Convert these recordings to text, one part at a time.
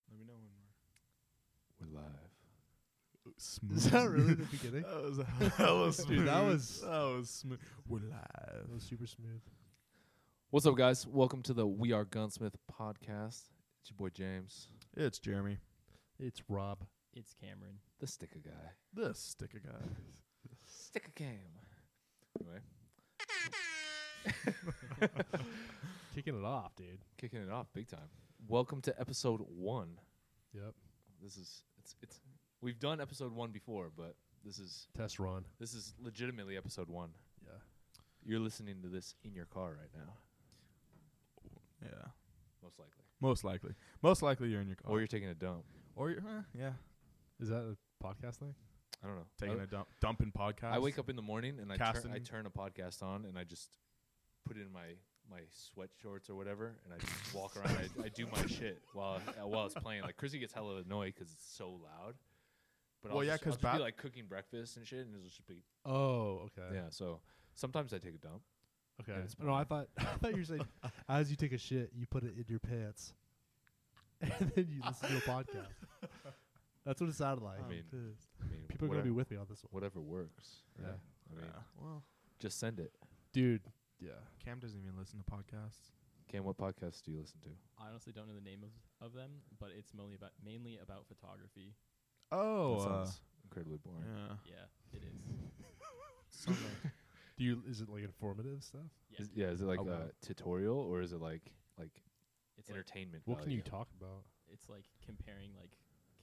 smooth. Is that really the beginning? that was hella smooth. Dude, that was- that was smooth. We're live. That was super smooth. What's up, guys? Welcome to the We Are Gunsmith podcast. It's your boy James, It's Jeremy, It's Rob. It's Cameron. the sticker guy. the sticker guy. Sticker game. Anyway, Kicking it off, dude. kicking it off big time. Welcome to episode one. Yep. This is it's it's we've done episode one before, but this is Test run. this is legitimately episode one. Yeah. You're listening to this in your car right now, Yeah, most likely, most likely. Most likely you're in your car. or you're taking a dump. or you're eh, yeah, Is that a podcast thing? I don't know. taking I, a dump, dumping podcast. Oh. I wake up in the morning and I turn I Casting. turn a podcast on and I just put in my my sweat shorts or whatever and I just walk around. I, I do my shit while uh, while it's playing. Like Chrissy gets hella annoyed because it's so loud. But Well, I'll yeah, just, I'll 'cause just be ba- like cooking breakfast and shit, and it'll just be Oh, okay. yeah. So sometimes I take a dump. Okay. Yeah, it's no, I thought I thought you were saying as you take a shit, you put it in your pants, and then you listen to a podcast. That's what it sounded like. I mean, pissed. I mean, people are whatever, gonna be with me on this one, whatever works. right? Yeah. I mean, Yeah. Well, just send it. dude. Yeah. Cam doesn't even listen to podcasts. Cam, what podcasts do you listen to? I honestly don't know the name of, of them, but it's mainly about mainly about photography. Oh, that uh, sounds incredibly boring. yeah. Yeah, it is. Do you? Is it like informative stuff? Yeah, Is, yeah, is it like Oh, wow. a tutorial or is it like like it's like, entertainment? What can you value? talk about? it's like comparing like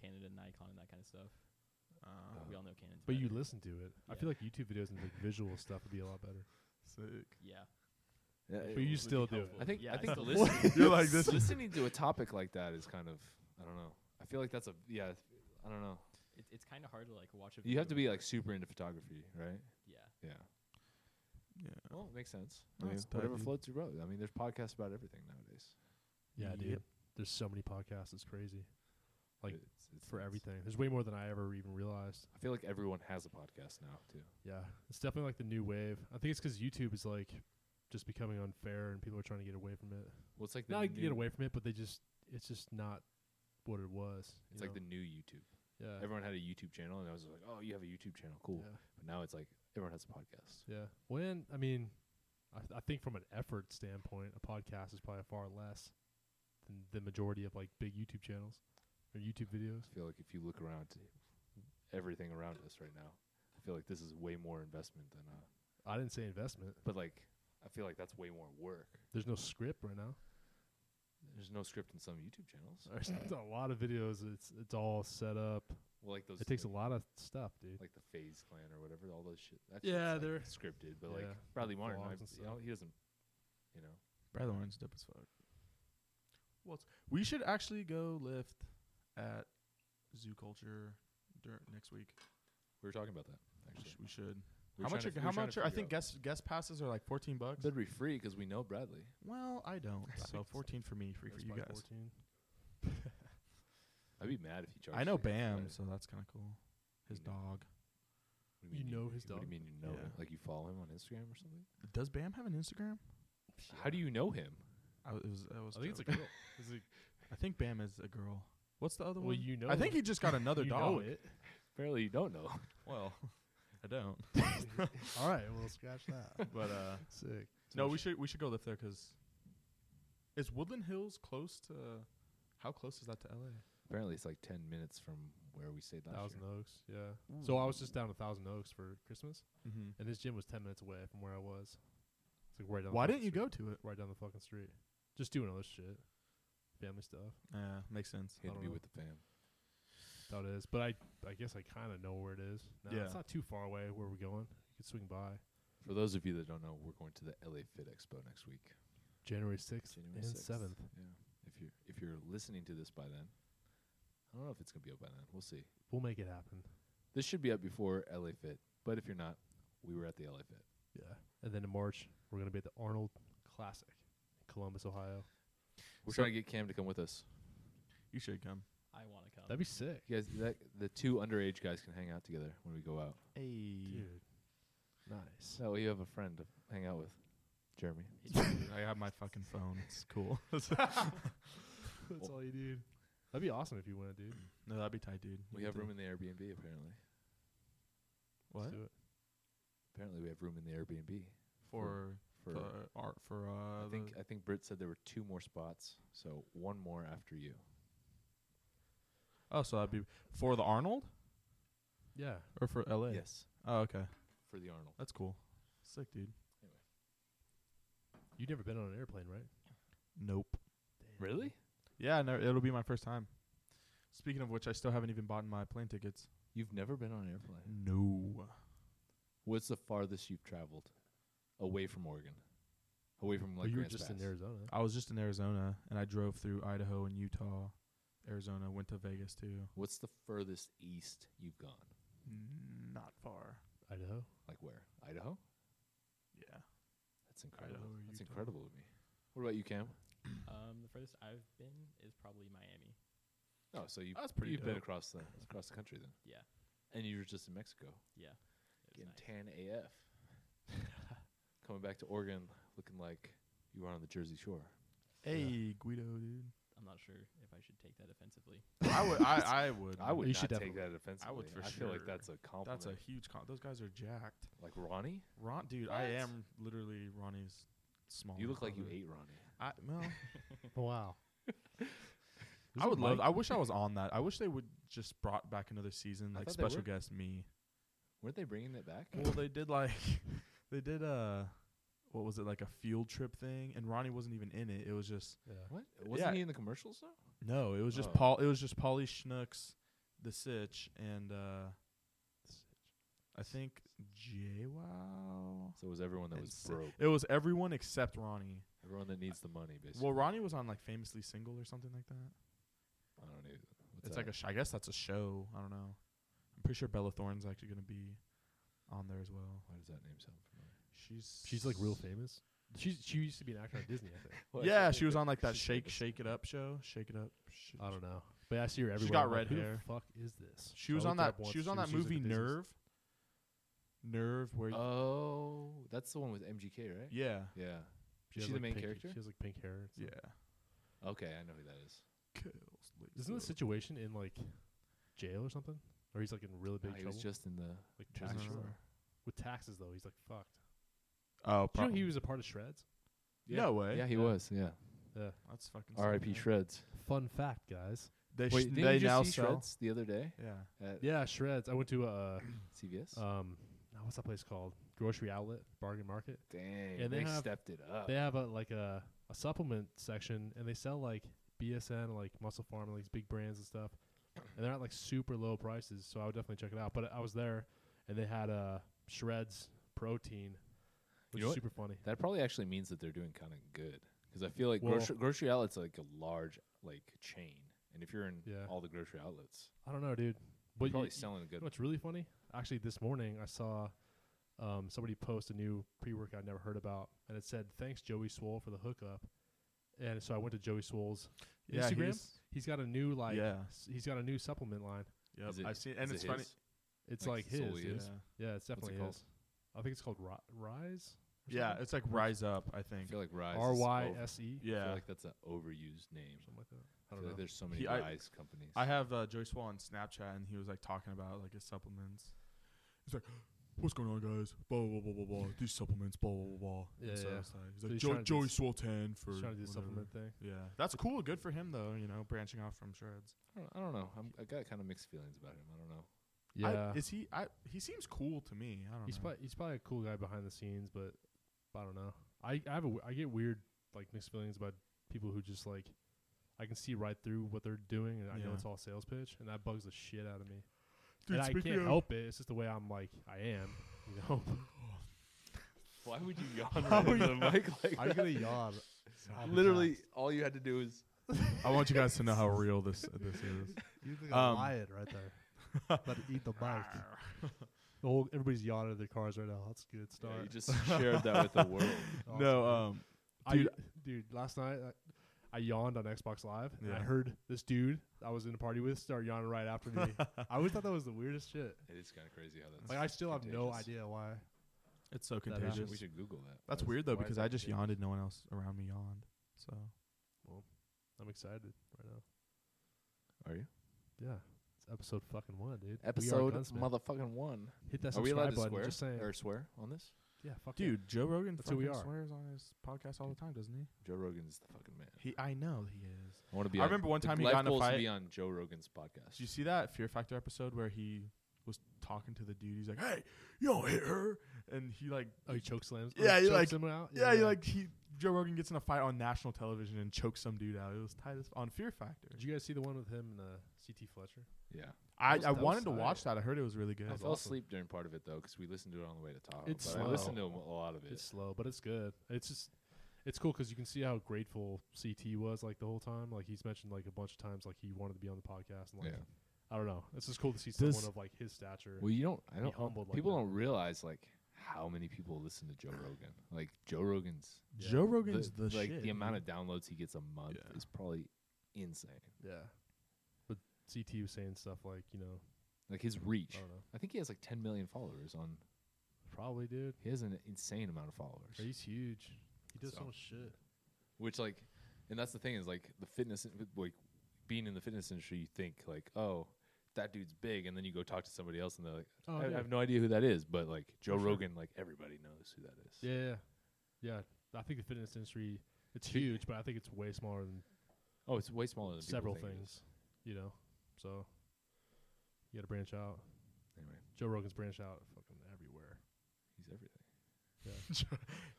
Canon and Nikon and that kind of stuff. Uh, we all know Canon's. Uh-huh. But you better. listen to it. I Yeah. feel like YouTube videos and like visual stuff would be a lot better. sick. Yeah. Yeah, But it- you would be still do helpful. it. I think Yeah, I I think still listening, You're like, this is- listening to a topic like that is kind of I don't know. I feel like that's a yeah. I don't know. It, it's kind of hard to like watch a. You have to video be and- like super into photography, right? Yeah. Yeah. Yeah. Well, it makes sense. I No, mean, it's tight, whatever dude. floats your boat. I mean, there's podcasts about everything nowadays. Yeah, Yep. dude. There's so many podcasts. It's crazy. Like, It's- it's- for it's- everything. There's way more than I ever even realized. I feel like everyone has a podcast now too. Yeah, it's definitely like the new wave. I think it's because YouTube is like just becoming unfair, and people are trying to get away from it. Well, it's like the Not like new, get away from it, but they just it's just not what it was. It's like the new YouTube. the yeah, Everyone had a YouTube channel, and I was like, "Oh, you have a YouTube channel, cool." But now it's like everyone has a podcast. Yeah, yeah. When I mean, I, th- I think from an effort standpoint, a podcast is probably far less than the majority of like big YouTube channels or YouTube videos. I feel like if you look around, everything around us right now, I feel like this is way more investment than. Uh, I didn't say investment. But like, I feel like that's way more work. There's no script right now. There's no script in some YouTube channels. There's a lot of videos. It's it's all set up. Well, like those. It takes a like, lot of stuff, dude. Like the Phase Clan or whatever, all those shit. That Yeah, shit's they're- like scripted, but like yeah, Bradley like Martin, vlogs I, and you stuff. know, he doesn't. You know, Brother Warren's dope as fuck. Well, we should actually go lift at Zoo Culture dur- next week. we were talking about that We actually. sh- We should. We how were much? Are, trying to- we how were trying much? to Are, I figure think out- guest guest passes are like fourteen bucks. Better be free because we know Bradley. well, I don't. think So it's fourteen for me, free That's for you probably guys. 14. I'd be mad if he charged. I know six, Bam, but so that's kind of cool. His You know. dog. what do You know his What do dog? you mean you know Yeah. him? Like you follow him on Instagram or something? Does Bam have an Instagram? How do you know him? I w- it was. I was. I think it's a joking. girl. Is it- I think Bam is a girl. What's the other well, one? you know. I think he just got another you dog. Know it. Apparently you don't know. Well, I don't. All right, we'll scratch that. But uh, Sick. no, we should we should go lift there because is Woodland Hills close to? How close is that to LA? Apparently it's like ten minutes from where we stayed last Thousand year. Oaks. Yeah. So I was just down to Thousand Oaks for Christmas, Mm-hmm. and this gym was ten minutes away from where I was. It's like right down. the Why fucking didn't you street. go to it? Right down the fucking street. Just doing other shit, family stuff. Yeah, makes sense. He had to I don't be know. with the fam. That is. But I, I guess I kind of know where it is. No, Yeah. it's not too far away where we're going. You could swing by. For those of you that don't know, we're going to the LA Fit Expo next week. January sixth January and 6th. seventh. Yeah. If you're if you're listening to this by then, I don't know if it's gonna be up by then. We'll see. We'll make it happen. This should be up before LA Fit, but if you're not, we were at the LA Fit. Yeah. And then in March we're gonna be at the Arnold Classic, in Columbus, Ohio. We're So- trying to get Cam to come with us. You should come. I want to come. That'd be sick, You guys, that, the two underage guys can hang out together when we go out. Hey, dude. Nice. So you have a friend to hang out with, Jeremy. I have my fucking phone. It's cool. That's all you need. That'd be awesome if you went, dude. No, that'd be tight, dude. We have room in the Airbnb apparently. what Let's do it. Apparently we have room in the Airbnb for for. for art for uh. I think the- I think Britt said there were two more spots, so one more after you. oh, so that'd uh, be for the Arnold Yeah. or for L.A. Yes, Oh, okay. for the Arnold. That's cool. Sick, dude. You've never been on an airplane, right? Nope. Damn. Really? Yeah, no, it'll be my first time. Speaking of which, I still haven't even bought my plane tickets. You've never been on an airplane. No. What's the farthest you've traveled away from Oregon? Away from Oh, like you were Grants just in Pass. Arizona. I was just in Arizona and I drove through Idaho and Utah, Arizona, went to Vegas too. What's the furthest east you've gone? Not far. Idaho. Like where? Idaho? Yeah. That's incredible. Idaho or That's Utah. incredible to me. What about you, Cam? Um, the furthest I've been is probably Miami. Oh, so you That's pretty you've been dope. across the across the country then. Yeah. And you were just in Mexico. Yeah. It was Getting nice. tan AF. Coming back to Oregon looking like you were on the Jersey Shore. Hey, Guido, dude. I'm not sure if I should take that offensively. I would. I, I would. I would You not should take that offensively. I would for feel like sure. that's a compliment. That's a huge con. Those guys are jacked. like Ronnie? Ron, dude, I What? am literally Ronnie's small. You look like you ate Ronnie. I, well, Wow. I would love. I wish I was on that. I wish they would just brought back another season, I like thought they special were. guest me. Weren't they bringing that back? Well, they did like they did uh what was it like a field trip thing, and Ronnie wasn't even in it. It was just Yeah. What? Wasn't Yeah. he in the commercials though? no, it was just Oh. Paul. It was just Paulie Schnooks, the Sitch, and uh I think Jay Wow. So it was everyone that And was so- broke. It was everyone except Ronnie. Everyone that needs the money, basically. Well, Ronnie was on like famously single or something like that. I don't know. What's it's that? like a sh- I guess that's a show. I don't know. I'm pretty sure Bella Thorne's actually gonna be on there as well. Why does that name sound familiar? She's She's like real famous. She's she used to be an actor on Disney, I think. Yeah, she was on like that She's Shake famous. Shake It Up show. Shake It Up. Sh- I don't know, but I see her everywhere. got I'm like, red Who hair. The fuck is this? She So I was on looked it that. up once. She was on that she like, movie a business- Nerve. Nerve, where y- Oh, that's the one with MGK, right? yeah, Yeah. She Is has, she the like, main pink- character? She has like pink hair. It's yeah. like- Okay, I know who that is. Kills, like, Isn't the so- situation in like jail or something? Or he's like in really big Nah, he trouble. was just in the. like I don't tax- know. with taxes though. He's like fucked. Oh, Did you know probably. he was a part of Shreds? No way. Yeah, he Yeah. was. Yeah. That's fucking. sick, R.I.P. man. Shreds. Fun fact, guys. They, sh- Wait, didn't they you just now see sell. Shreds the other day Yeah. at Yeah, Shreds. I went to uh CVS? um now what's that place called? Grocery outlet, bargain market. Dang, and they they, have- stepped it up. They have a like a, a supplement section and they sell like BSN, like Muscle Farm, like these big brands and stuff. And they're at like super low prices, so I would definitely check it out. But I was there and they had uh Shreds protein, which know is what? super funny. That probably actually means that they're doing kind of good because I feel like Well- grocery, grocery outlets are like a large like chain, and if you're in Yeah. all the grocery outlets, I don't know, dude. you're But probably you, selling a You good. know what's really funny? Actually, this morning I saw um, somebody post a new pre workout I never heard about, and it said, "Thanks Joey Swole for the hookup." And so I went to Joey Swole's Yeah. Instagram. he's- He's got a new like, Yeah. s- he's got a new supplement line. Yep. Is it- I've seen, and is it's it funny. his? It's Like like, his. solely dude. his? Yeah. Yeah, it's What's it definitely called? his. I think it's called Ri- Rise. or Yeah, something? it's like Rise Up, I I think. feel like Rise. is R Y over- S E. I feel Yeah. like that's an overused name. Something like that. I, I feel don't know. like there's so many He- I- Rise companies. I have uh, Joyce Wall on Snapchat, and he was like talking about like his supplements. He's like, "What's going on, guys? Blah blah blah blah blah. These supplements, blah blah blah blah." Yeah, And so yeah. I was like, he's So like, he's "Jo- trying to do Joyce s- Wall tan for He's trying to do the whatever." supplement thing. Yeah, that's cool. Good for him though. You know, branching off from shreds. I don't, I don't know. I'm, I got kind of mixed feelings about him. I don't know. I- Yeah, is he? I he seems cool to me. I don't He's know. probably, he's probably a cool guy behind the scenes, but I don't know. I I have a w I get weird like mixed feelings about people who just like I can see right through what they're doing, and I know Yeah. it's all sales pitch, and that bugs the shit out of me. Dude, and I speaking can't of- help it. It's just the way I'm like I am, you know. Why would you yawn right into the mic like that? yawn. Literally, all you had to do is I want you guys to know how real this this is. you think I'm Um, lying right there. About to eat the mic. The whole everybody's yawning at their cars right now. That's a good Yeah, start. you just shared that with the world. Awesome. no, um, Dude. I, dude, last night I, I yawned on Xbox Live, and I Yeah. heard this dude I was in a party with start yawning right after me. I always thought that was the weirdest shit. It is kind of crazy how that's. Like I still have no contagious. idea why. it's so That We should, contagious. we should Google that. That's Why is- weird though why is because that I just contagious? yawned and no one else around me yawned. So I'm excited right now. Are you? Yeah. It's episode fucking one, dude. We are Episode Gunsmith. motherfucking one. Hit that Are we allowed subscribe to button. swear Just saying. or swear on this? yeah, fuck yeah. Dude, Joe Rogan That's who we fucking are. swears on his podcast all the time, doesn't he? Joe Rogan's the fucking man. He, I know he is. I want to be. I on- remember one the time he life got in a goal is to fight- be on Joe Rogan's podcast. Did you see that Fear Factor episode where he was talking to the dude? He's like, "Hey, you don't hit her," and he like, Oh, he choke slams. Yeah, oh, you chokes like- him out. yeah, he like he Joe Rogan gets in a fight on national television and chokes some dude out. It was tight as on Fear Factor. Did you guys see the one with him and uh, CT Fletcher? Yeah. I, was- I that wanted was to tight. watch that. I heard it was really good. I was fell awesome. asleep during part of it though because we listened to it on the way to Tahoe. It's but I slow. listened to a lot of it. It's slow, but it's good. It's just it's cool because you can see how grateful CT was like the whole time. Like he's mentioned like a bunch of times like he wanted to be on the podcast and like Yeah. I don't know. It's just cool to see Does- someone of like his stature. Well, you don't. I don't. humbled like people that. don't realize like how many people listen to Joe Rogan. Like Joe Rogan's Yeah. Joe Rogan's the, like shit. the amount dude. of downloads he gets a month Yeah. is probably insane. yeah. But CT was saying stuff like you know Like his reach. I don't know I think he has like 10 million followers on. probably dude. He has an insane amount of followers. He's huge. He does so, So- much shit. Which like, and that's the thing is like the fitness in- like being in the fitness industry, you think like oh. That dude's big, and then you go talk to somebody else, and they're like, Oh, I, I yeah. have no idea who that is." But like Joe For sure. Rogan, like everybody knows who that is. Yeah, yeah, yeah. I think the fitness industry it's huge, but I think it's way smaller than Oh, it's way smaller than people several think it is. things, you know. So you got to branch out. Anyway, Joe Rogan's branched out fucking everywhere.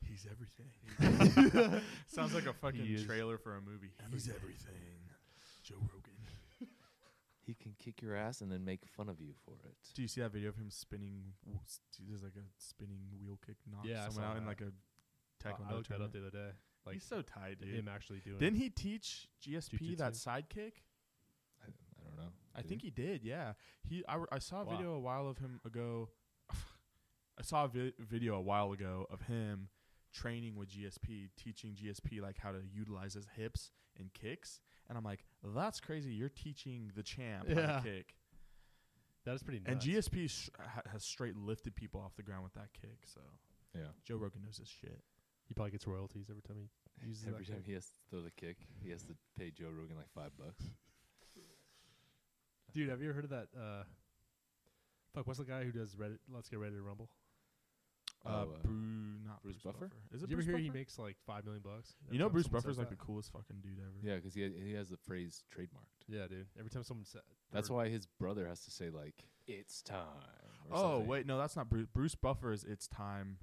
he's everything. He's everything. Sounds like a He fucking is. trailer for a movie. He's Everything. everything. Joe Rogan. He can kick your ass and then make fun of you for it. Do you see that video of him spinning? w- s- There's like a spinning wheel kick knock Yeah, I someone saw out in that. like a Uh, I, I taekwondo looked that tournament. up the other day. Like He's so tied, dude. him actually doing. Didn't he teach GSP that Jujitsu? sidekick? I, I don't know. I Did think he did. Yeah, he. I, w- I saw a Wow. video a while of him ago. I saw a vi- video a while ago of him training with GSP, teaching GSP like how to utilize his hips and kicks. And I'm like, that's crazy. You're teaching the champ how Yeah. to kick. That is pretty. Nuts. And GSP sh- ha- has straight lifted people off the ground with that kick. So Yeah. Joe Rogan knows his shit. he probably gets royalties every time he uses Every that. time kick. he has to throw the kick, he has to pay Joe Rogan like five bucks. Dude, have you ever heard of that? Uh, fuck, what's the guy who does Reddit? Let's get ready to rumble. Uh, Oh, uh, Bru- not Bruce, Bruce Buffer? Buffer? Is it Did you ever Bruce hear Buffer? he makes like five million bucks? you know Every time Bruce someone Buffer's says like the that. coolest fucking dude ever. Yeah, because he ha- he has the phrase trademarked. Yeah, dude. Every time someone says That's why his brother has to say like, "It's time." or Oh something. wait, no, that's not Bruce. Bruce Buffer is it's time.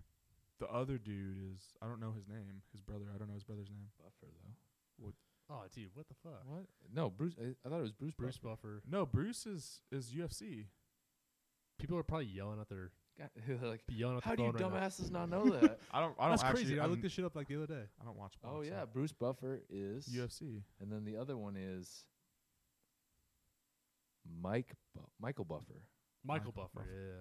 The other dude is I don't know his name. His brother, I don't know his brother's name. Buffer though. Uh, Oh, dude, what the fuck? What? No, Bruce. I, I thought it was Bruce. Bruce Bruce. Buffer. No, Bruce is is UFC. People are probably yelling at their God, like, yelling at how the do phone you right now. dumbasses not know that? I don't. I don't That's actually. crazy. dude. I I'm- looked this shit up like the other day. I don't watch. oh boxing. yeah, Bruce Buffer is UFC. And then the other one is Mike Bu- Michael Buffer. Michael, Michael Buffer. Buffer. Yeah.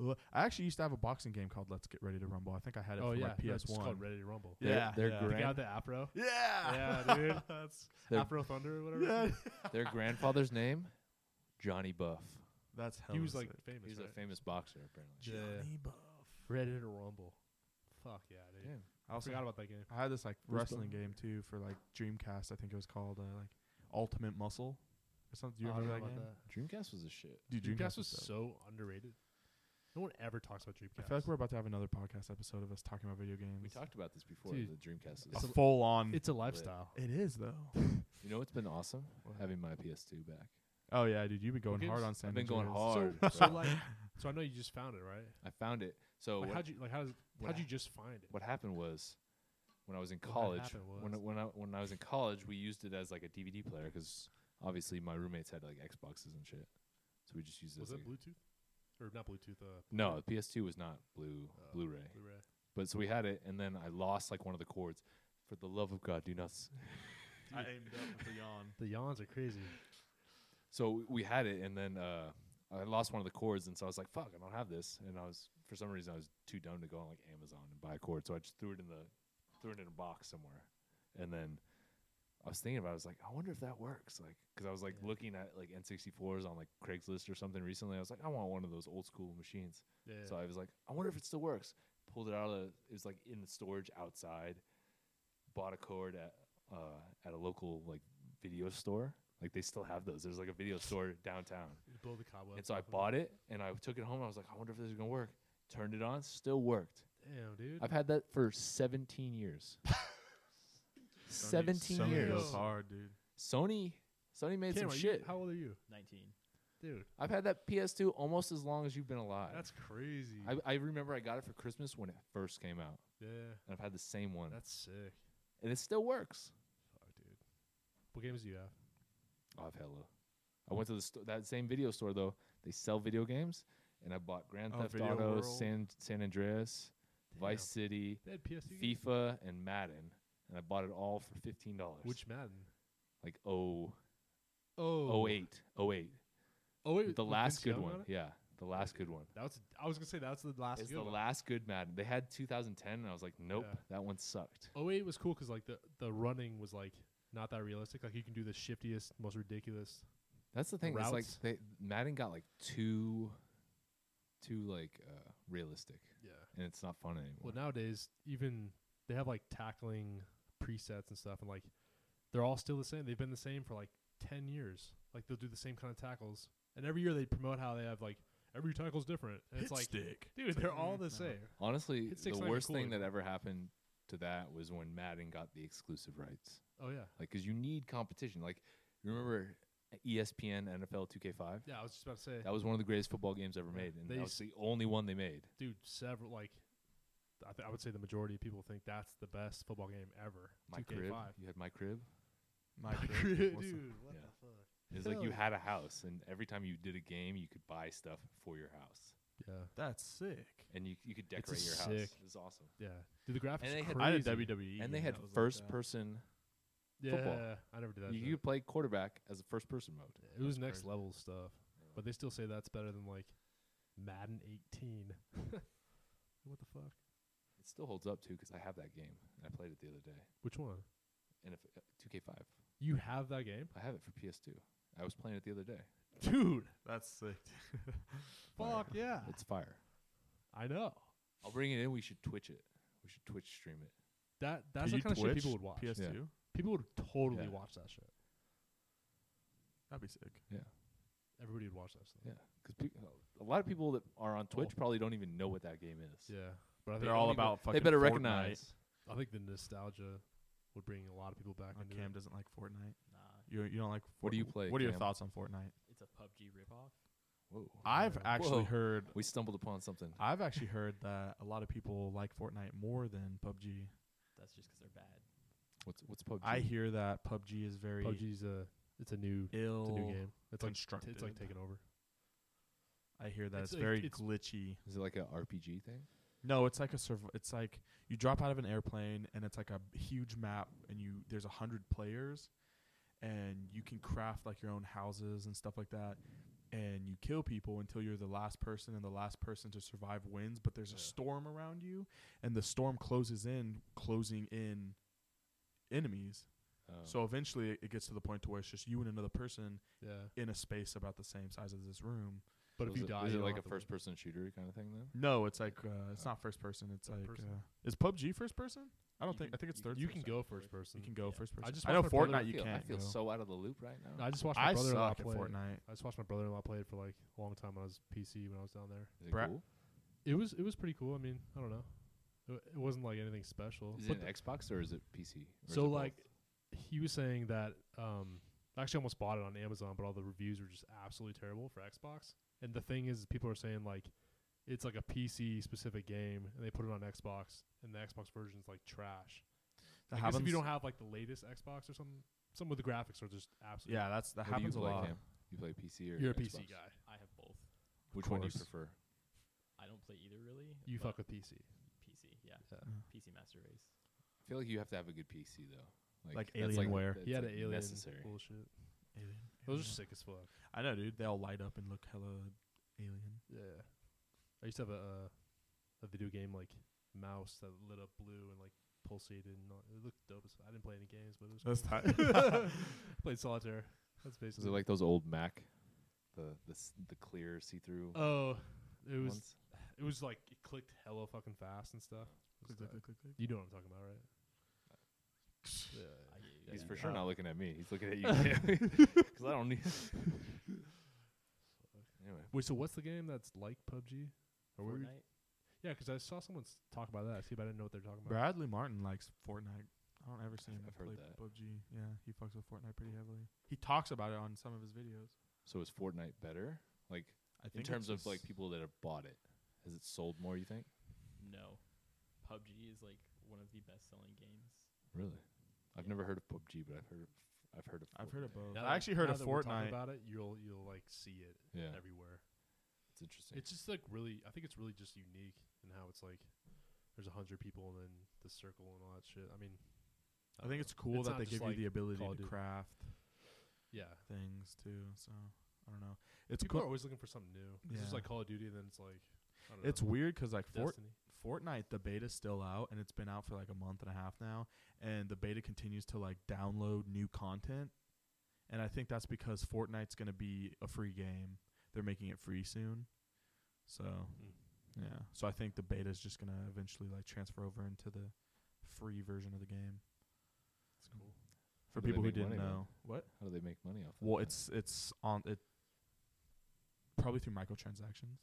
L- I actually used to have a boxing game called Let's Get Ready to Rumble. I think I had it oh for my yeah. no, it's PS just One. called Ready to Rumble. They're- Yeah, they're yeah. The guy grand- with the afro. yeah, Yeah, dude. That's Their, Afro Thunder or whatever. it's yeah. called. their grandfather's name, Johnny Buff. That's hell. He was like famous. He's right? a famous boxer apparently. Yeah, yeah. Johnny Buff. Ready to Rumble. Fuck yeah, dude. Damn. I I also forgot about that game. I had this like Bruce wrestling Buffer. game too for like Dreamcast. I think it was called uh, like Ultimate Muscle or something. Do you Oh, I remember don't that know game? about Dreamcast was a shit. Dude, that. Dreamcast, was dope. so underrated. No one ever talks about I Dreamcast. feel like we're about to have another podcast episode of us talking about video games. We talked about this before. Dude, the Dreamcast. a it's Is a- full Mm. on. it's a lifestyle. it is though. you know what's been awesome? What? Having my PS2 back. Oh yeah, dude, you've been going games? hard on San I've been going Andreas. hard. So bro. like, so I know you just found it, right? I found it. So like, what, how'd you like? How does, what how'd you hap- just find it? what happened was when I was in What had college. happened was- When I- when I when I was in college, we used it as like a DVD player because obviously my roommates had like Xboxes and shit, so we just used it. Was as it like- Bluetooth or not Bluetooth? Uh, No, the PS2 was not blue Oh. Blu-ray, Blu-ray. but so we had it, and then I lost like one of the cords. For the love of God, do not. S- I aimed up with a yawn. The yawns are crazy. so we had it, and then uh, I lost one of the cords, and so I was like, "Fuck, I don't have this." And I was, for some reason, I was too dumb to go on like Amazon and buy a cord, so I just threw it in the, threw it in a box somewhere, and then I was thinking about, it, I was like, "I wonder if that works," like, because I was like Yeah. looking at like N64s on like Craigslist or something recently. I was like, "I want one of those old school machines." Yeah. So I was like, I wonder if it still works. Pulled it out of the, it was like in the storage outside. Bought a cord at uh, at a local like video store, Like they still have those. There's like a video store downtown. You blow the cobwebs. And so I off of bought it and I took it home. I was like, I wonder if this is gonna work. Turned it on, still worked. Damn, dude. I've had that for 17 years. 17 Sony years. goes hard, dude. Sony, Sony made Cameron, some you- shit. how old are you, 19. dude? I've had that PS2 almost as long as you've been alive. That's crazy. I, I remember I got it for Christmas when it first came out, yeah, and I've had the same one, that's sick. and it still works. Fuck, dude. What games do you have? Oh, I've hella. I went to the sto- that same video store though. They sell video games, and I bought Grand Oh, Theft Video Auto, World. San San Andreas, Vice Damn. City, They had PS2 games? FIFA, and Madden, and I bought it all for fifteen dollars. Which Madden? like oh Oh, oh eight oh eight. Oh wait, The with last Vince good Young one, on it? yeah, the last good one. That was. I was gonna say that's the last. It's good the one. last good Madden. They had 2010, and I was like, nope, Yeah. that one sucked. 08 Oh, was cool because like the the running was like not that realistic. Like you can do the shiftiest, most ridiculous. That's the thing. It's like Routes. they, Madden got like too, too like uh, realistic, Yeah. and it's not fun anymore. Well, nowadays even they have like tackling presets and stuff, and like they're all still the same. They've been the same for like ten years. Like they'll do the same kind of tackles, and every year they promote how they have like every tackle's different. And it's Hit like, stick. dude, they're all mm, the no. same. Honestly, Hit sticks the aren't even worst cool thing that anymore. ever happened to that was when Madden got the exclusive rights. Oh yeah, Like, cause you need competition. Like, remember E ESPN NFL 2K5? yeah. I was just about to say, That was one of the greatest football games ever made, and They that was s- the only one they made. dude, several like. I, th- I would say the majority of people think that's the best football game ever. My 2K5. crib. You had my crib. My Dude, What's the- what yeah. the fuck? It's like Hell you yeah. had a house, and every time you did a game, you could buy stuff for your house, Yeah, That's sick. and you you could It's decorate your house. sick. It was awesome. yeah. Dude, the graphics. And they had- crazy. E I did WWE, And they game had that was like first that. person. yeah, football. I never did that. You though. could play quarterback as a first person mode. it was That's next crazy. level stuff, but they still say that's better than like Madden 18. what the fuck? It still holds up too because I have that game. and I played it the other day. Which one? And if uh, 2K5, You have that game, I have it for PS2. I was playing it the other day. dude? That's sick. Fire. Fuck Ah. yeah! It's fire. I know I'll bring it in. We should Twitch it. We should Twitch stream it. that. That's the Could kind you of shit Twitch people would watch. PS2. People would totally Yeah. watch that shit. That'd be sick. Everybody would watch that stuff. Yeah, because oh, a lot of people that are on Twitch probably don't even know what that game is. Yeah, but I think Oh. They're all only- about fucking. They better Fortnite. recognize. I think the nostalgia would bring a lot of people back Oh, into Cam it. doesn't like Fortnite. Nah, You you don't like. Fortnite. What do you play, What are your Cam? thoughts on Fortnite? it's a PUBG ripoff. Whoa. I've actually Whoa. heard. We stumbled upon something. I've actually heard that a lot of people like Fortnite more than PUBG. That's just 'cause they're bad. What's what's PUBG? I hear that PUBG is very PUBG's a it's a new ill. it's a new game. It's like t- it's like constructed. taken over. I hear that It's it's, like- very it's- glitchy. Is it like a RPG thing? No, it's like a serv- It's like you drop out of an airplane, and it's like a huge map, and you there's a hundred players, and you can craft like your own houses and stuff like that, and you kill people until you're the last person, and the last person to survive wins. But there's Yeah. a storm around you, and the storm closes in, closing in enemies. Oh. So eventually, it- it gets to the point to where it's just you and another person Yeah, in a space about the same size as this room. but So if is you it- die, is you it don't like a have to live. first person shooter kind of thing then? No, it's like uh, it's not first person. It's Third like person. uh, is PUBG first person? I don't You think. can- I think it's you third. You person. can go first person. You can go Yeah. first person. just I know watched my brother- Fortnite. You I feel, can't. I feel go. so out of the loop right now. I just watched my I brother in law suck at play. it. Fortnite. I just watched my brother in law play it for like a long time on his PC when I was down there. Is it Bra- cool? It was it was pretty cool. I mean, I don't know. It, wa- it wasn't like anything special. Is but it an Xbox or is it PC? Or is so it both? like he was saying that um I actually almost bought it on Amazon, but all the reviews were just absolutely terrible for Xbox. And the thing is people are saying like it's like a PC specific game and they put it on Xbox and the Xbox version's like trash. That I guess if happens- you don't have like the latest Xbox or something some of the graphics are just absolutely yeah, that's that What do you happens a play, lot. Cam? You play PC or You're a Xbox? PC guy. I have both. Which one do you course. prefer? I don't play either really. You but fuck with PC. PC, yeah. Yeah. PC Master Race. I feel like you have to have a good PC though. Like that's like, Alienware. that's he had like an alien necessary. bullshit. Alien. Those are Alien. sick as fuck. I know, dude. They all light up and look hella alien. Yeah. I used to have a uh, a video game like mouse that lit up blue and like pulsated and all, it looked dope as I didn't play any games, but it was That's cool. played solitaire. That's Is it basically like those old Mac, the the s- the clear see through? Oh, it was ones? it was like it clicked hella fucking fast and stuff. It was Click, click, dope. click, click, click. You know what I'm talking about, right? Yeah. I get you. He's Yeah. for sure Oh. not looking at me. He's looking at you because I don't need. anyway, Wait, so what's the game that's like PUBG? Or what were you- Fortnite? Yeah, because I saw someone s- talk about that. See, but I didn't know what they're talking about. Bradley Martin likes Fortnite. I don't ever see him I've play heard that. PUBG. Yeah, he fucks with Fortnite pretty heavily. He talks about it on some of his videos. so is Fortnite better? Like I in it's terms of like just- people that have bought it, has it sold more? You think? No. PUBG is like one of the best selling games. Really? I've Yeah. never heard of PUBG, but I've heard of, I've heard of. I've heard of Fortnite. both. Now I that- actually heard now of that we're talking Fortnite. about it. You'll you'll like see it Yeah, everywhere. it's interesting. It's just like really. I think it's really just unique in how it's like. There's a hundred people and then the circle and all that shit. I mean, I think dunno. it's cool that not they just give like you the ability Call of to Duty. craft yeah. things too. So I don't know. It's People are cool. always looking for something new. It's Yeah. just like Call of Duty, and then it's like I don't It's know, weird because like Fort Destiny. Fortnite, the beta's still out, and it's been out for like a month and a half now, and the beta continues to like download new content, and I think that's because Fortnite's gonna be a free game. They're making it free soon, so Mm. yeah. So I think the beta is just gonna eventually like transfer over into the free version of the game It's cool. for do they people who make didn't money, man? know. What? How do they make money off? Well, that? it's it's on it. Probably through microtransactions.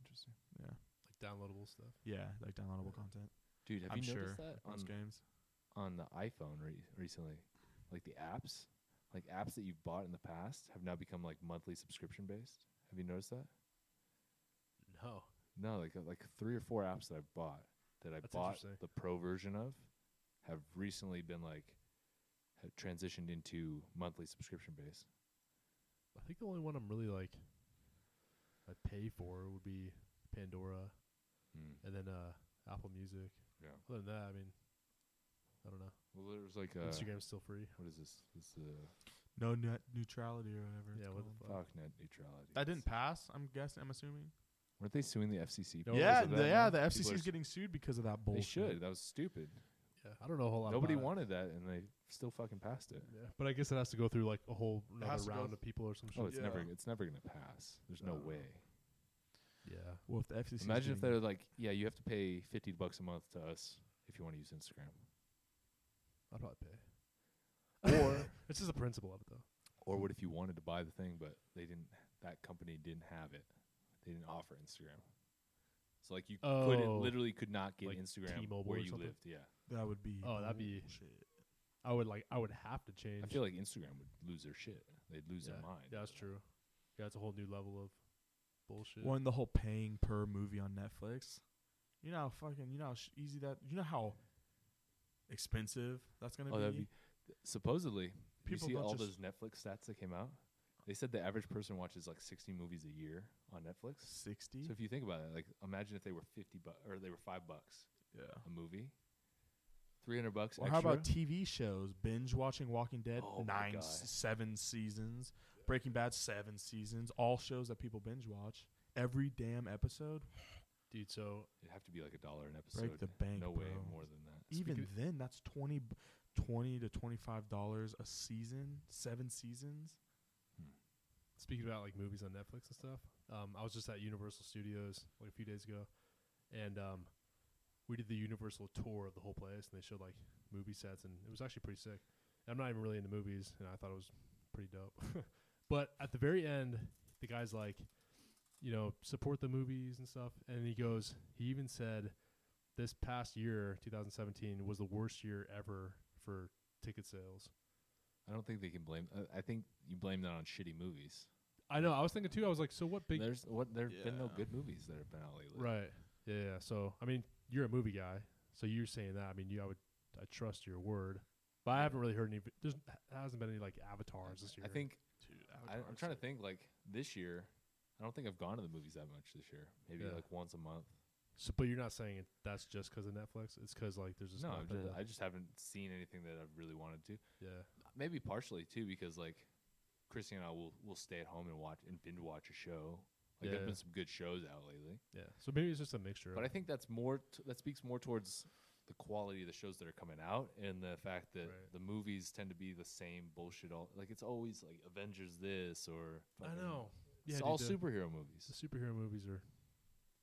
interesting. Yeah, Like downloadable stuff. yeah, like downloadable content. Dude, have I'm you sure noticed that Those on, games. on the iPhone re- recently? Like the apps, like apps that you've bought in the past have now become like monthly subscription based. Have you noticed that? No. No, like uh, like three or four apps that I've bought that I That's bought interesting. the pro version of have recently been like have transitioned into monthly subscription based. I think the only one I'm really like I pay for would be Pandora and then uh Apple Music. Yeah. Other than that, I mean I don't know. Well, there was like uh Instagram's still free. What is this? This is uh, No net neutrality or whatever. it's Yeah, what the called. fuck? fuck net neutrality. That didn't It's- pass. I'm guessing. I'm assuming. Weren't they suing the FCC? No, because yeah, of the, that yeah. now? The People FCC are is s- getting sued because of that They bullshit. should. That was stupid. Yeah. I don't know a whole lot Nobody about it. wanted that, and they still fucking passed it. Yeah. But I guess it has to go through like a whole has another to go round th- of people or some shit. Oh, it's never. Yeah. It's never gonna pass. There's no No. way. yeah. Well, if the FCC. is Imagine if getting- they're like, yeah, you have to pay fifty bucks a month to us if you want to use Instagram. I'd probably pay. Or- it's just the principle of it though. Or what if you wanted to buy the thing, but they didn't? That company didn't have it. They didn't offer Instagram. So like you couldn't Oh. literally could not get Like Instagram T-Mobile where or you something? lived. Yeah, That would be. Oh, that'd be- bullshit. I would like I would have to change. I feel like Instagram would lose their shit. They'd lose yeah. their mind. Yeah, that's true. Yeah, it's a whole new level of bullshit. One the whole paying per movie on Netflix. You know how fucking. You know how sh- easy that. You know how expensive that's gonna Oh, that'd be. be- th- supposedly, People you see don't all those just- Netflix stats that came out. They said the average person watches like 60 movies a year on Netflix. Sixty. So if you think about it, like imagine if they were 50 bucks or they were five bucks yeah. a movie, 300 bucks. Or how about TV shows? Binge watching Walking Dead, Oh my nine, God. s- seven seasons. Breaking Bad, seven seasons. All shows that people binge watch. Every damn episode. Dude, so It'd have to be like a dollar an episode. Break the bank, no way bro. more than that. even Speaking- then that's 20, b- 20 to 25 dollars a season seven seasons speaking about like movies on Netflix and stuff, um, I was just at Universal Studios like a few days ago, and um, we did the Universal tour of the whole place, and they showed like movie sets, and it was actually pretty sick. And I'm not even really into movies, and I thought it was pretty dope. but at the very end, the guy's like, you know, support the movies and stuff, and he goes, he even said, this past year, 2017, was the worst year ever for ticket sales. I don't think they can blame. Uh, I think you blame that on shitty movies. I know. I was thinking too. I was like, so what big There's what there have been no Yeah. good movies that have been out lately. Right. Yeah, yeah. So I mean, you're a movie guy, so you're saying that. I mean, you, I would, I trust your word. But I haven't really heard any. There's hasn't been any like avatars this year. I think Dude, I, I'm trying to think like this year. I don't think I've gone to the movies that much this year. Maybe Yeah. like once a month. So, but you're not saying it, that's just because of Netflix. It's because like there's just no, I'm nothing just, to- I just haven't seen anything that I've really wanted to. yeah. Maybe partially too because like Christy and I will will stay at home and watch and binge watch a show. Like Yeah. there've been some good shows out lately, Yeah. So maybe it's just a mixture. but of I think that's more t- that speaks more towards the quality of the shows that are coming out and the fact that Right. the movies tend to be the same bullshit. All like it's always like Avengers this or I fucking- know. Yeah. it's dude, all the- superhero movies. The superhero movies are.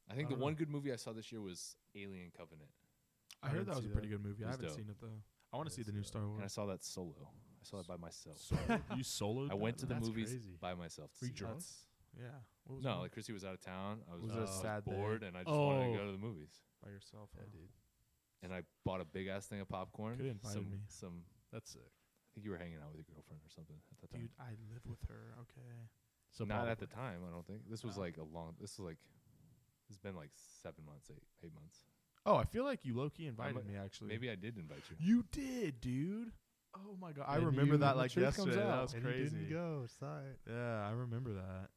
I think the I don't know. one good movie I saw this year was Alien Covenant. i heard didn't that was a see pretty that. good movie It i was haven't dope. seen it though I want to see the new Yes, uh, Star And I Wars. saw that solo. I saw that by myself. you soloed? I went to that? the That's movies crazy. by myself. To see Were you it. drunk? That's- yeah. What No, it? like Chrissy was out of town. I was, uh, Was it a I was sad day? bored, and I just wanted Oh. to go to the movies. by yourself. Yeah, huh? dude. And I bought a big ass thing of popcorn. Coulda invited some, me. some. That's sick. I think you were hanging out with your girlfriend or something at that time. Dude, I live with her. Okay. So Not at the probably. time. I don't think this was No. like a long. This was like. It's been like seven months, eight, eight months. Oh, I feel like you Loki invited might- me actually. Maybe I did invite you. you did, dude. Oh my god, I And remember you- that the like truth comes yesterday. That out. was And you crazy. didn't go. Sorry. Yeah, I remember that.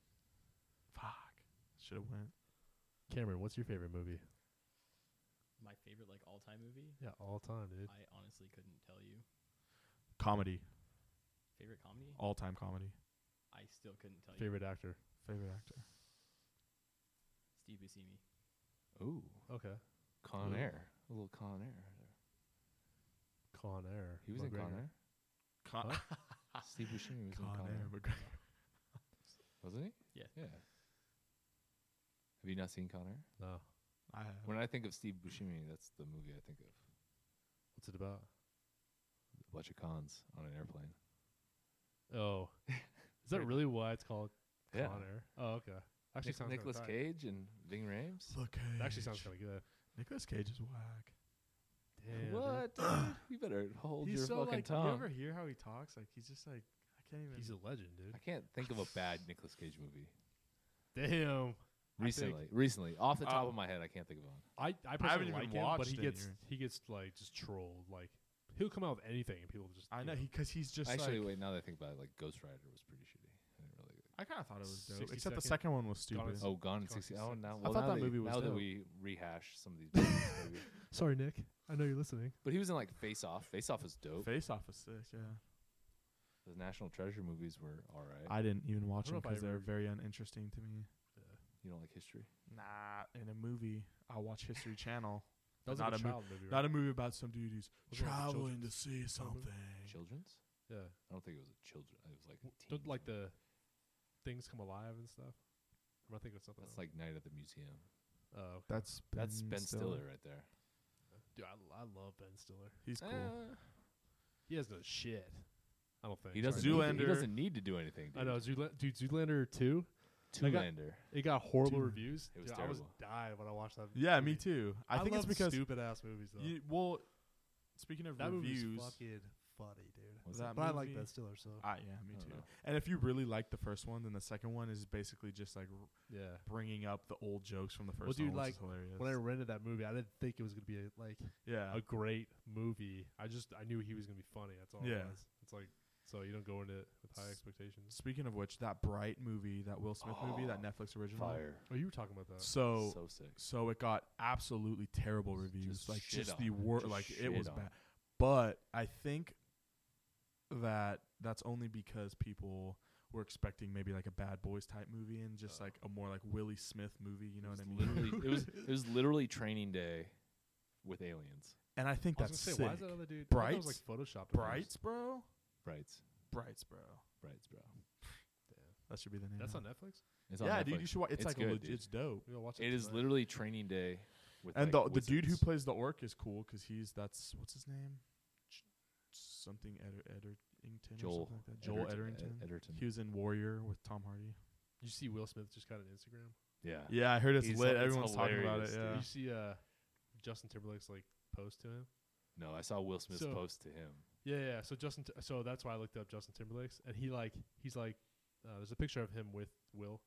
Fuck, should have went. Cameron, what's your favorite movie? My favorite like all time movie. Yeah, all time, dude. I honestly couldn't tell you. Comedy, Favorite comedy? all time comedy. I still couldn't tell Favorite actor. Favorite actor. you. Steve Buscemi. Ooh, Okay. Con Ooh. Air, a little Con Air. Con Air. He was in Con McGregor. Air. Con, Steve Buscemi was in Con Con Air. Air, McGregor. wasn't he? Yeah. Yeah. Have you not seen Con Air? No. I have. When I think of Steve Buscemi, that's the movie I think of. What's it about? A bunch of cons on an airplane. Oh. Is that Pretty- really why it's called Con Yeah. Air? Oh, okay. Actually, sounds kinda Nicholas tight. Cage and Ving Rhames. Look, That actually sounds kind of good. Nicholas Cage is whack. Damn, dude. what? dude? you better hold your fucking like. You tongue. ever hear how he talks? Like he's just like I can't even. He's a legend, dude. I can't think of a bad Nicolas Cage movie Damn. recently. Recently, off the top Um, Uh, of my head, I can't think of one. I, I haven't personally even like him, but watched he it, gets you're- he gets like just trolled. Like he'll come out with anything, and people just I you know because he's just Actually, like. wait. Now that I think about it, like Ghost Rider was pretty shitty. I didn't really. I kind of thought it was dope, 60 except the second second one was stupid. Gone Oh, Gone in Gone in sixty. Oh, 60 Seconds. now, I well, thought now that that, movie was now that dope. we rehash some of these. Movies, maybe. Sorry, Nick. I know you're listening. But he was in like Face Off. Face Off is dope. Face Off is sick. Yeah. The National Treasure movies were all right. I didn't even watch don't know them if I because they're ever- very uninteresting to me. you don't like history? Nah, in a movie, I watch History Channel. That was Not not a a mo- child movie. Not a movie about some dude who's Wasn't it like a traveling to see something. Children's? yeah. I don't think it was a children. It was like W- teens Don't like movie. the things come alive and stuff. Or I think it's something. That's else. like Night at the Museum. oh, okay. That's Ben That's Ben Stiller right there. dude. I, I love Ben Stiller. He's cool. Eh, He has no shit. I don't think he doesn't. Sorry. Zoolander. Need to, he doesn't need to do anything. Dude. I know Zoolander, dude. Zoolander two. I got- Zoolander. It got horrible Dude, reviews. it was dude, I was terrible. died when I watched that. Yeah, me movie. too. I, think it's love because stupid ass movies though. you, well, speaking of that movie's reviews, fucking funny, dude. Was that But I like movie- Ben Stiller, so Ah, yeah, me I don't too. know. And if you really like the first one, then the second one is basically just like r- yeah. bringing up the old jokes from the first dude, one, which is like, hilarious. When I rented that movie, I didn't think it was gonna be a, like yeah, a great movie. I just I knew he was gonna be funny. That's all. Yeah. It was. It's like so you don't go into it with high S- expectations. Speaking of which, that Bright movie, that Will Smith movie, that Oh, Netflix original. Fire. Oh, you were talking about that. So, so so sick. it got absolutely terrible reviews. Just like shit just on the it. wor Just like it shit was on bad. it. But I think that that's only because people were expecting maybe like a Bad Boys type movie and just Oh. like a more like Willie Smith movie, you know what It was I mean? Literally, it was it was literally Training Day with aliens. and I think I was that's gonna sick. say, why is that other dude? I thought that Bright? was like Photoshop. Brights, bro? Brights. Brights, bro. Brights, bro. That should be the name. That's of on it. Netflix. It's Yeah, on dude, you Netflix. should watch. It's, It's like a good, legit dude. it's dope. We gotta watch It is tonight. literally Training Day with And like the the dude who wizards. plays the orc is cool because he's that's what's his name, Ch- something Eder, Ederington or Joel something like that. Joel Ederington. Ed- Ederton. He was in Warrior with Tom Hardy. You see Will Smith just got an Instagram. Yeah. Yeah, I heard it's He's- lit. it's Everyone's talking about it. hilarious, dude. Yeah. Did you see uh, Justin Timberlake's like post to him? No, I saw Will Smith's So- post to him. Yeah, yeah. So Justin, Ti- so that's why I looked up Justin Timberlake's, and he like he's like, uh, there's a picture of him with Will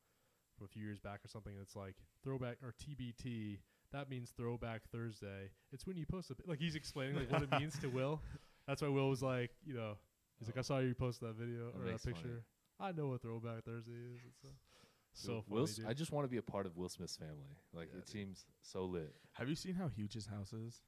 from a few years back or something. And it's like throwback or TBT. That means Throwback Thursday. It's when you post a pi- like he's explaining like what it means to Will. That's why Will was like, you know, he's like, Oh. I saw you post that video That or that makes funny. picture. I know what Throwback Thursday is. It's uh, so funny, Will, S- dude. I just want to be a part of Will Smith's family. Like Yeah, it dude. seems so lit. Have you seen how huge his house is?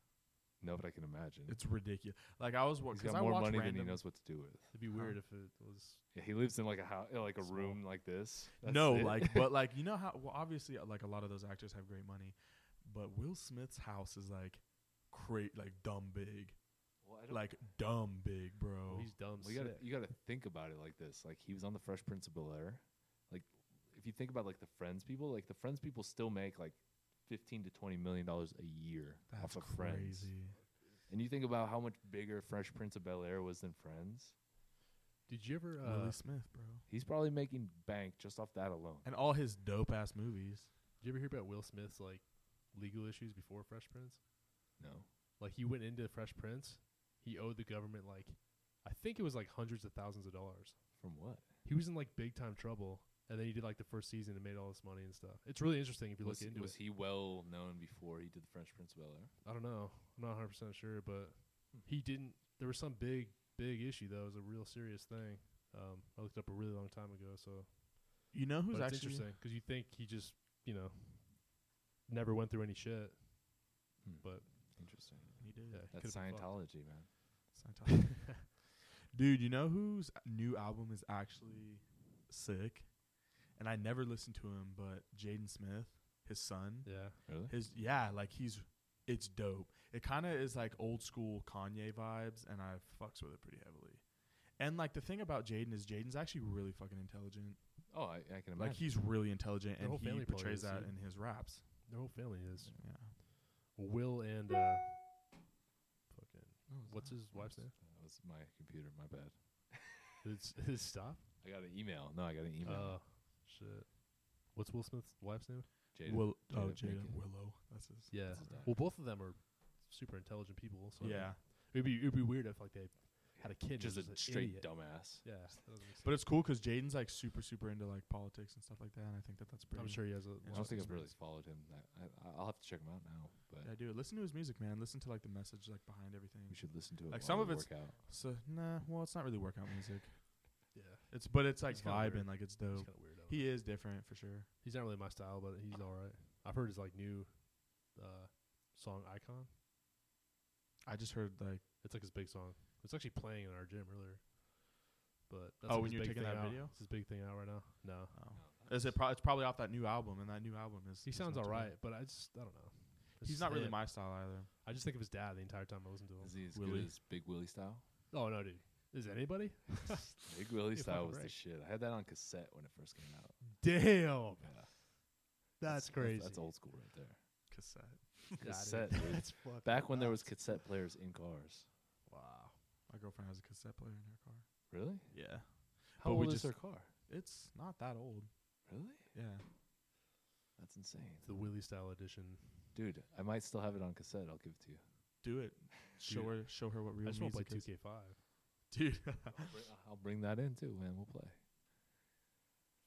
No, but I can imagine. It's ridiculous. Like I was He's because got I more watched money random. than he knows what to do with. It'd be weird if it was Yeah, he lives in like a house, like a Small. room like this. That's no, it. like but like you know how well obviously uh, like a lot of those actors have great money, but Will Smith's house is like cra like dumb big, Well, I don't- like dumb big, bro. Oh, he's dumb. well, you gotta e sick. you gotta think about it like this. Like he was on the Fresh Prince of Bel Air. Like if you think about like the Friends people, like the Friends people still make like fifteen to twenty million dollars a year That's off of Friends. crazy. And you think about how much bigger Fresh Prince of Bel Air was than Friends. Did you ever? Uh, Willie Smith, bro. He's probably making bank just off that alone. And all his dope ass movies. did you ever hear about Will Smith's like legal issues before Fresh Prince? No. Like he went into Fresh Prince, he owed the government like, I think it was like hundreds of thousands of dollars. From what? He was in like big time trouble, and then he did like the first season and made all this money and stuff. It's really interesting if you Was, look into was it. he well known before he did the French Prince of Bel Air? I don't know. I'm not 100 percent sure, but Hmm. he didn't. There was some big big issue though. It was a real serious thing. Um, I looked up a really long time ago, so You know who's but it's actually interesting because you think he just you know never went through any shit. Hmm. But Interesting. He did. yeah, he That's could've been fucked. Scientology, man. Scientology. Dude, you know whose new album is actually sick? And I never listened to him, but Jaden Smith, his son. Yeah, Really? His yeah, like he's it's dope. It kind of is like old school Kanye vibes and I fucks with it pretty heavily. And like the thing about Jaden is Jaden's actually really fucking intelligent. Oh, I, I can imagine. Like he's really intelligent Their and whole he family probably portrays is, that yeah. in his raps. their whole family is Yeah. Will and uh, fucking Oh, it's what's not- his wife's name? That was my computer. My bad. It's his stop. I got an email. No, I got an Oh email. Uh, shit. What's Will Smith's wife's name? Jaden. Will- Jada oh, Pinkett. Jada Willow. That's his. Yeah. his daughter. Well, both of them are super intelligent people. So I mean, yeah. it'd be it'd be weird if like they had a kid. just a who's an straight idiot. dumbass. Yeah. that doesn't make But sense. it's cool because Jaden's like super, super into like politics and stuff like that, and I think that that's pretty. I'm sure he has a. I I lot don't of think I've really experience. followed him. That I, I- I'll have to check him out now. But Yeah, dude, listen to his music, man. Listen to like the message like behind everything. we should listen to it. Like, some while of we it's- work out. So nah, well, it's not really workout music. Yeah. It's but it's like It's kinda weird. vibing, like it's He's dope. kind of weirdo. He is different for sure. He's not really my style, but he's all right. I've heard his like new uh, song "Icon." I just heard like It's like his big song. It's actually playing in our gym earlier. But that's Oh, like when his you're big taking thing that out. video? it's his big thing out right now. No, oh. No, is it? Pro- it's probably off that new album, and that new album is. he is sounds not all too bad. right, but I just I don't know. It's He's just not really him. my style either. I just think of his dad the entire time I listen to Is him. he as Willie. good as Big Willie style? Oh no, dude, is anybody? Big Willie You're style fucking was the right. shit. I had that on cassette when it first came out. Oh, Damn, Yeah. that's crazy. That's old school right there. Cassette. God, dude, cassette, dude. that's fucking Back when there was nuts. cassette players in cars. wow. My girlfriend has a cassette player in her car. Really? Yeah. How But we old just- is their car? It's not that old. Really? Yeah. That's insane, The Willie style edition. dude. I might still have it on cassette. I'll give it to you. Do it. Show Dude, her. Show her what real I just want to music play is. 2K5. Dude. I'll bring, uh, I'll bring that in too, man. We'll play.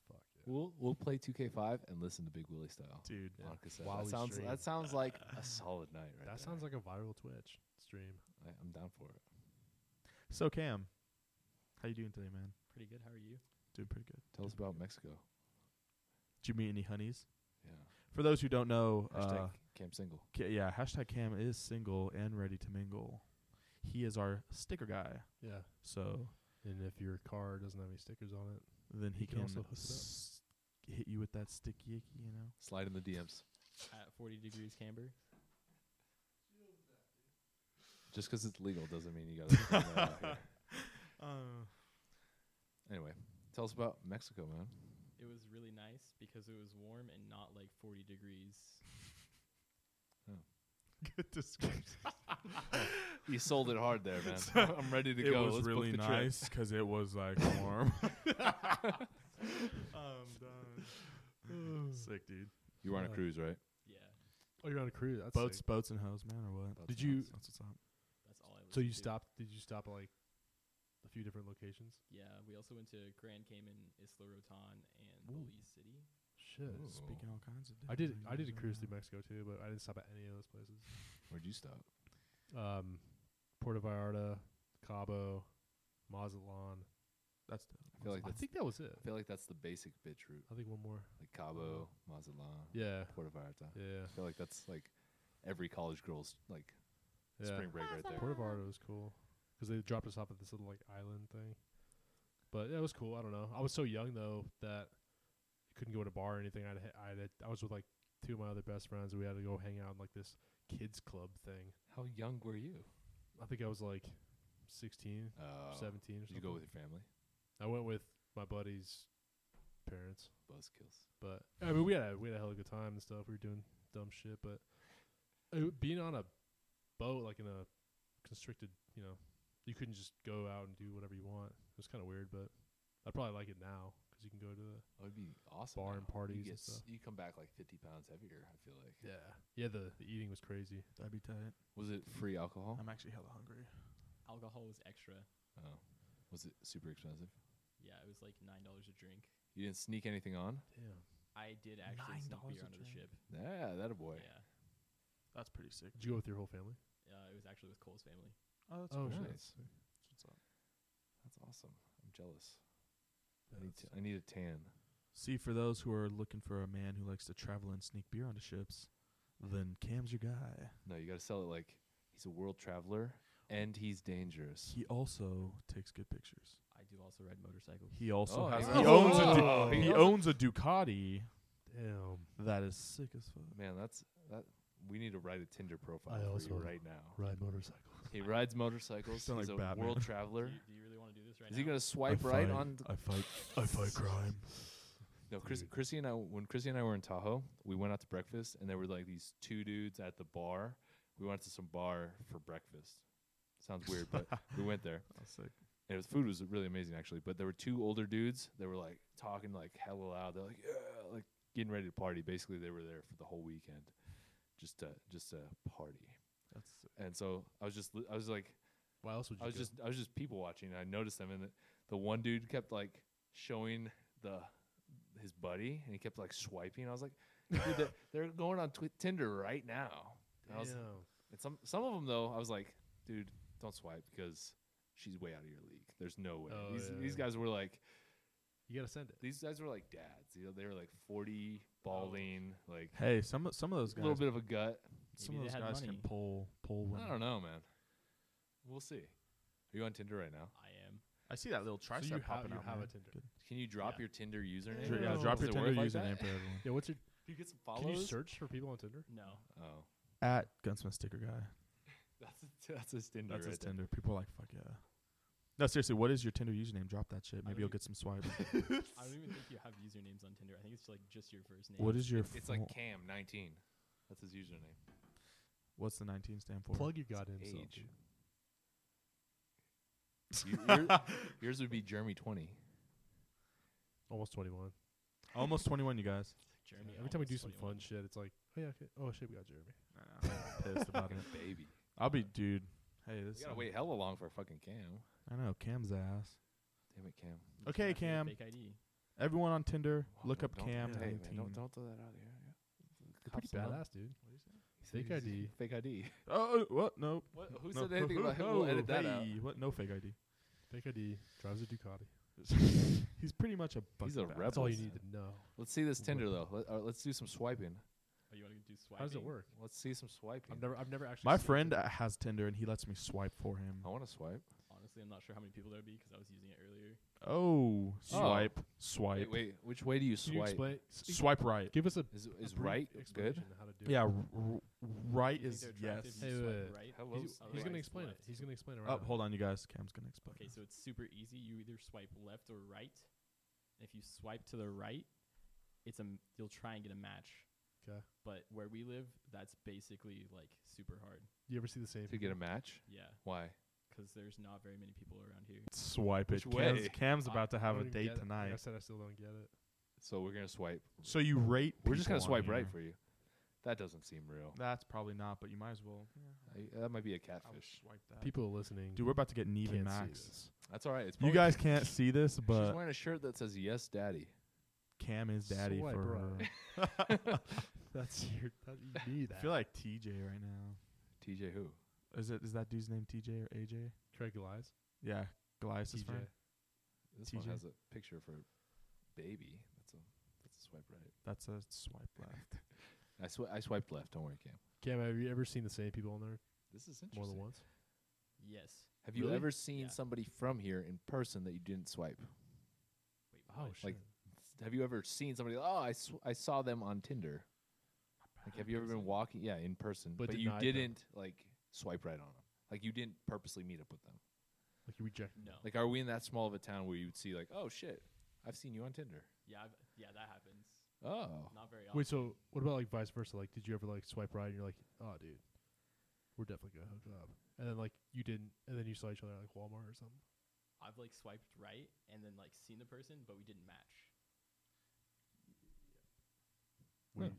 Fuck yeah. We'll we'll play 2K5 and listen to Big Willie style. Dude. Yeah. on cassette. While That we sounds stream. that sounds like a solid night, right? that there. sounds like a viral Twitch stream. I, I'm down for it. So Cam, how you doing today, man? Pretty good. How are you? Doing pretty good. Tell us about Mexico. Did you meet any honeys? Yeah. For those who don't know, Hashtag uh, Camp Single. ca- yeah, hashtag Cam is single and ready to mingle. He is our sticker guy, Yeah. so And if your car doesn't have any stickers on it, then he, He can can, also hook it up. s- hit you with that sticky icky, you know. Slide in the DMs. At 40 degrees camber. Just 'cause it's legal doesn't mean you gotta. throw that out here. Uh, Anyway, tell us about Mexico, man. It was really nice because it was warm and not like 40 degrees. Good description. You sold it hard there, man. I'm ready to It go. was Let's book really the trip. nice because it was like warm. Sick, dude. You were on a Uh, cruise, right? Yeah, oh, you're on a cruise. That's Boats, sick. boats, and hoes, man, or what? That's Did nuts. you- That's what's up. that's all I was. So you stopped? Did you stop at like a few different locations? Yeah, we also went to Grand Cayman, Isla Rotan, and Ooh. Belize City. Shit. Ooh. Speaking Uh, all kinds of. Oh, I did. different I did a languages, cruise yeah. through Mexico too, but I didn't stop at any of those places. Where'd you stop? Um, Puerto Vallarta, Cabo, Mazatlan. That's the I feel like I that's, think that was it. I feel like that's the basic bitch route, I think one more. like Cabo, Mazatlan, Yeah. Puerto Vallarta. Yeah. I feel like that's like every college girl's like Yeah. spring break right there. Puerto Vallarta was cool because they dropped us off at this little like island thing. But yeah, it was cool. I don't know. I was so young though that I couldn't go to a bar or anything. I'd, ha- I had I was with like two of my other best friends. and We had to go hang out in like this kids club thing. How young were you? I think I was like 16, Uh, 17 or Did something. you go with your family? I went with my buddy's parents, Buzzkills. but I mean we had a, we had a hell of a good time and uh, stuff. We were doing dumb shit, but it, being on a boat like in a constricted. You know, you couldn't just go out and do whatever you want. It was kind of weird, but I probably like it now because you can go to the That would be awesome. Bar and now. parties You, get and s- stuff. you come back like 50 pounds heavier. I feel like. yeah yeah the, the eating was crazy. That'd be tight. Was it free alcohol? I'm actually hella hungry. Alcohol was extra. Oh. Was it super expensive? Yeah, it was like nine dollars a drink. You didn't sneak anything on? Damn. I did actually sneak $9 beer a under the drink? ship. Yeah, that a boy. Yeah, That's pretty sick. Did you go with your whole family? uh, it was actually with Cole's family. Oh, that's Oh, cool. shit. Nice. What's up? That's awesome. I'm jealous. Yeah, I need to, that's- I need a tan. See, for those who are looking for a man who likes to travel and sneak beer onto ships, then Cam's your guy. No, you got to sell it like he's a world traveler and he's dangerous. He also takes good pictures. I do also ride motorcycles. He also Oh, has. yeah. He owns a. Du- Oh, he yeah. owns a Ducati. Damn. That is sick as fuck. Man, that's that. We need to write a Tinder profile for also- you right now. Ride motorcycles. He rides motorcycles. He's Sound a like Batman. world Do traveler. you, do you really want to do this right Is now? he gonna swipe right on? The, I fight. I fight crime. no, Chris, Dude. Chrissy and I. When Chrissy and I were in Tahoe, we went out to breakfast, and there were like these two dudes at the bar. We went to some bar for breakfast. Sounds weird, but we went there. That's sick. And his food was really amazing, actually. But there were two older dudes that were like talking like hella loud. They're like, yeah, like getting ready to party. Basically, they were there for the whole weekend, just to just to party. That's sick. And so I was just li- I was like Why else would you? I was go? just I was just people watching. And I noticed them, and the, the one dude kept like showing the his buddy, and he kept like swiping. I was like, dude, they're, they're going on twi- Tinder right now. And I was, Damn. and some some of them though, I was like, dude, don't swipe because she's way out of your league. There's no way. Oh, these yeah, these yeah. guys were like You gotta send it. these guys were like dads. You know, they were like 40, balding, like Hey, some of- some of those a guys. little bit of a gut. Some Maybe of they those had guys can money. pull pull women. I don't know, man. We'll see. Are you on Tinder right now? I am. I see that little So tricep you have, popping you out. have a man. Tinder. Good. Can you drop Yeah. your Tinder username? Dr- Yeah, Oh. drop your Does it Tinder work like username that? for everyone. Yeah. What's your? Do you get some Can you follows? search for people on Tinder? No, Oh, At gunsmith sticker guy. that's that's his Tinder. That's right his there. Tinder. People are like, fuck yeah. No, seriously, what is your Tinder username? Drop that shit. Maybe don't you'll e- get some swipes. I don't even think you have usernames on Tinder. I think it's like just your first name. what is your? It's full- like Cam nineteen. That's his username. what's the 19 stand for? Plug your goddamn Age. self. You- your- yours would be Jeremy twenty. Almost 21. Almost 21, you guys. Jeremy? Every time we do Almost some 21. fun shit, it's like, oh yeah, okay. oh shit, we got Jeremy. I know, I'm pissed about it. Fucking baby. I'll be, dude. Hey, this. You gotta uh, wait hella long for a fucking Cam. I know Cam's ass. Damn it, Cam. You should Okay, have your Cam. Fake ID. Everyone on Tinder, Oh, look no, up don't- Cam. Hey, man, 19. don't, don't throw that out there. Yeah. They're pretty Cops will know. badass, dude. He said Fake he's- ID. Fake ID. Oh, what? No. What? Who no. said anything about him? We'll edit that hey, out. What? No fake ID. Fake ID. Drives a Ducati. He's pretty much a. He's bucket a bag. That's all you Rebels. need to know. Let's see this Oh, What? Tinder though. Let, uh, let's do some swiping. Oh, you want to do swiping? How does it work? Let's see some swiping. I've never, I've never actually. My seen friend Tinder. uh, has Tinder and he lets me swipe for him. I want to swipe. Honestly, I'm not sure how many people there would be because I was using it earlier. Oh, swipe, swipe, Wait, wait. Which way do you Can you swipe? explain? s- swipe right. Give us a, Is a is brief right good? explanation of How to do Yeah, It. r- r- right You think is they're attractive, yes. Hey, you uh, swipe wait. right. Hello. He's, Oh, he's right. gonna explain it. Left. He's gonna explain it. Right Oh, now. hold on, you guys. Cam's gonna explain. Okay, so it's super easy. You either swipe left or right. If you swipe to the right, it's a m- you'll try and get a match. 'Kay. But where we live, that's basically like super hard. You ever see the same? To get a match? Yeah, Why? 'cause there's not very many people around here. swipe it. Which way? Cam's, Cam's I- about to I have don't a even date get it. Like I tonight. said I still don't get it. So we're gonna swipe. So you rate? We're just people gonna on swipe right here. for you. That doesn't seem real. That's probably not, but you might as well. I, that might be I a would catfish. swipe that. People listening. Dude, we're about to get Neve and Can't see Max. this. That's all right. It's You probably- guys can't see this, Oh, she's but wearing a shirt that says "Yes, Daddy." Cam is daddy Swipe for her. right. That's your. That, you need that. I feel like TJ right now. TJ who? Is it is that dude's name TJ or AJ? Craig Elias. Yeah, Goliath's TJ. friend. This TJ? one has a picture for baby. That's a that's a swipe right. That's a swipe left. I sw- I swiped left. Don't worry, Cam. Cam, have you ever seen the same people on there This is more interesting. than once? Yes. Have you Really? ever seen Yeah. somebody from here in person that you didn't swipe? Wait. Oh what? shit. Like- Have you ever seen somebody? Oh, I sw- I saw them on Tinder. Like, have you ever been walking? Yeah, in person, But but, you denied them. didn't like swipe right on them. Like you didn't purposely meet up with them. like you reject. no. Like, are we in that small of a town where you'd see like, oh shit, I've seen you on Tinder. yeah. I've, yeah. That happens. Oh, Not very often. Wait, so what about like vice versa? Like, did you ever like swipe right and you're like, oh, dude, we're definitely gonna hook up. And then like you didn't, and then you saw each other at like Walmart or something. I've like swiped right and then like seen the person, but we didn't match. Hmm. Wait.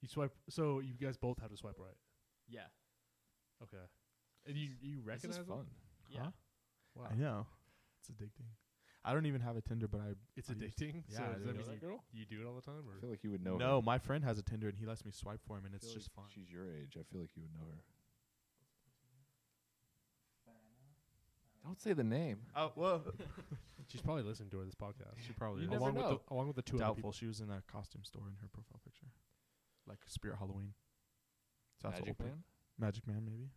You swipe, so you guys both have to swipe right. Yeah. Okay, and you you This recognize is them? fun. Yeah. Huh? Wow, I know. It's addicting. I don't even have a Tinder, but I it's I used- addicting. yeah, so I does that didn't know mean that you, girl? you do it all the time, I or feel like you would know. no, her. my friend has a Tinder and he lets me swipe for him, and I it's feel just like fun. She's your age. I feel like you would know her. Don't say the name. Oh well, she's probably listening to this podcast. she probably You is. never along with know. the, along with the two other doubtful. people. She was in a costume store in her profile picture, like Spirit Halloween. So that's Magic open. Man. Magic Man, maybe.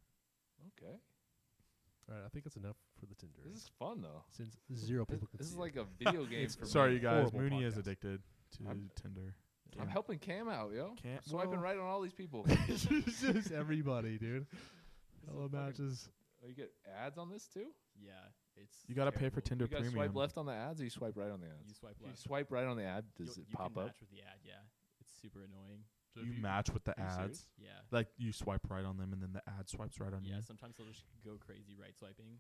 Okay, All right, I think that's enough for the Tinder. this is fun though. Since zero This, people can this see is it. like a video game for me. Sorry, you guys. horrible Mooney is podcast. addicted to I'm- Tinder. I'm Cam. helping Cam out, yo. Cam- I'm swiping well- right on all these people. It's just everybody, dude. This is Hello fucking- matches. Oh, you get ads on this too. Yeah. It's You gotta pay for terrible. Tinder you guys Premium. swipe left on the ads, or you swipe right on the You ads. swipe You left. swipe right on the ad. Does You'll- it you pop can up? match with the ad, yeah. It's super annoying. So if you, match with the Are you ads. serious? Yeah. Like you swipe right on them, and then the ad swipes right on Yeah, you. sometimes they'll just go crazy right swiping.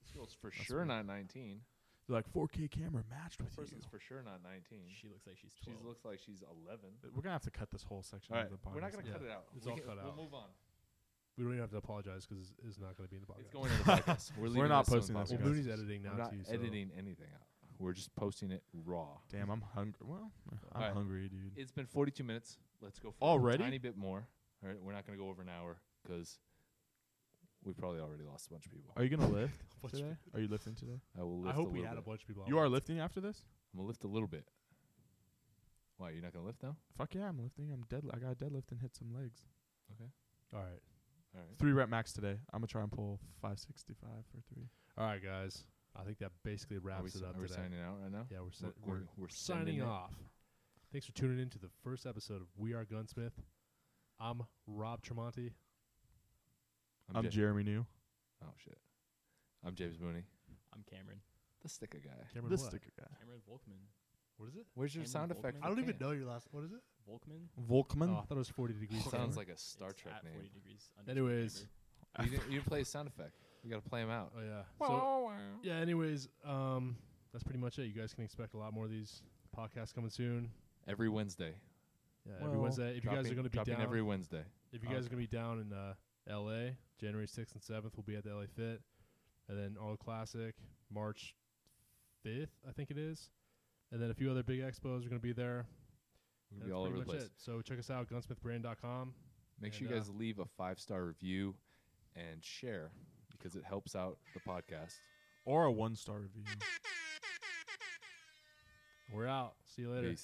This girl's for That's sure weird. not 19. They're like 4K camera matched This with you. person's for sure not 19. She She looks like she's 12. looks like Hmm. she's 11. We're gonna have to cut this whole section All of right, the podcast. we're not gonna Yeah. cut it out. It's we all can- cut we'll out. move on. we don't even have to apologize because it's, it's not going to be in the podcast. It's going to the podcast. We're, leaving not on the posting this, well, guys. podcast. Mooney's editing now We're not too. so- editing anything out. We're just posting it raw. Damn, I'm hungry. Well, I'm Alright. hungry, dude. It's been 42 minutes. Let's go for Already? a tiny bit more. All right, we're not going to go over an hour because we probably already lost a bunch of people. Are you gonna lift bunch of today? Are you lifting today? I will. I Lift hope a we little had a bit. bunch of people. You on. are lifting after this? I'm gonna lift a little bit. Why you're not gonna lift now? Fuck yeah, I'm lifting. I'm dead. I got to deadlift and hit some legs. All All right, right. Three rep max today. I'm gonna try and pull 565 for three. all right, guys. I think that basically Are we, wraps s- it up are we today. signing out right now? Yeah, we're, si- We're, we're, we're, we're sending signing it. off. Thanks for tuning in to the first episode of We Are Gunsmith. I'm Rob Tremonti. I'm, Ja- Jeremy New. Oh shit. I'm James Mooney, I'm Cameron. the sticker guy. Cameron The what? sticker guy. Cameron Volkman. What is it? Where's your Cameron sound effect? Volkman? I I for don't even Cam? know your last. What is it? Volkman? Volkman. Oh, I thought it was 40 degrees. It sounds like a Star It's Trek at name. 40 degrees. underscore Anyways, Fahrenheit. You didn't, you didn't play a sound effect. You gotta play him out. oh yeah. So yeah. Anyways, um, that's pretty much it. You guys can expect a lot more of these podcasts coming soon. Every Wednesday. Yeah, every Well, Wednesday. If you guys Dropping- are going to be dropping down, every Wednesday. if you guys are going to be down in uh, L.A. January sixth and seventh, we'll be at the L.A. Fit, and then All Classic March fifth, I think it is, and then a few other big expos are going to be there. We're And gonna be that's all pretty over the much place. It. So check us out, gunsmithbrand.com. Make sure And, you guys uh, leave a five star review and share because it helps out the podcast. Or a one star review. We're out. See you later. Peace.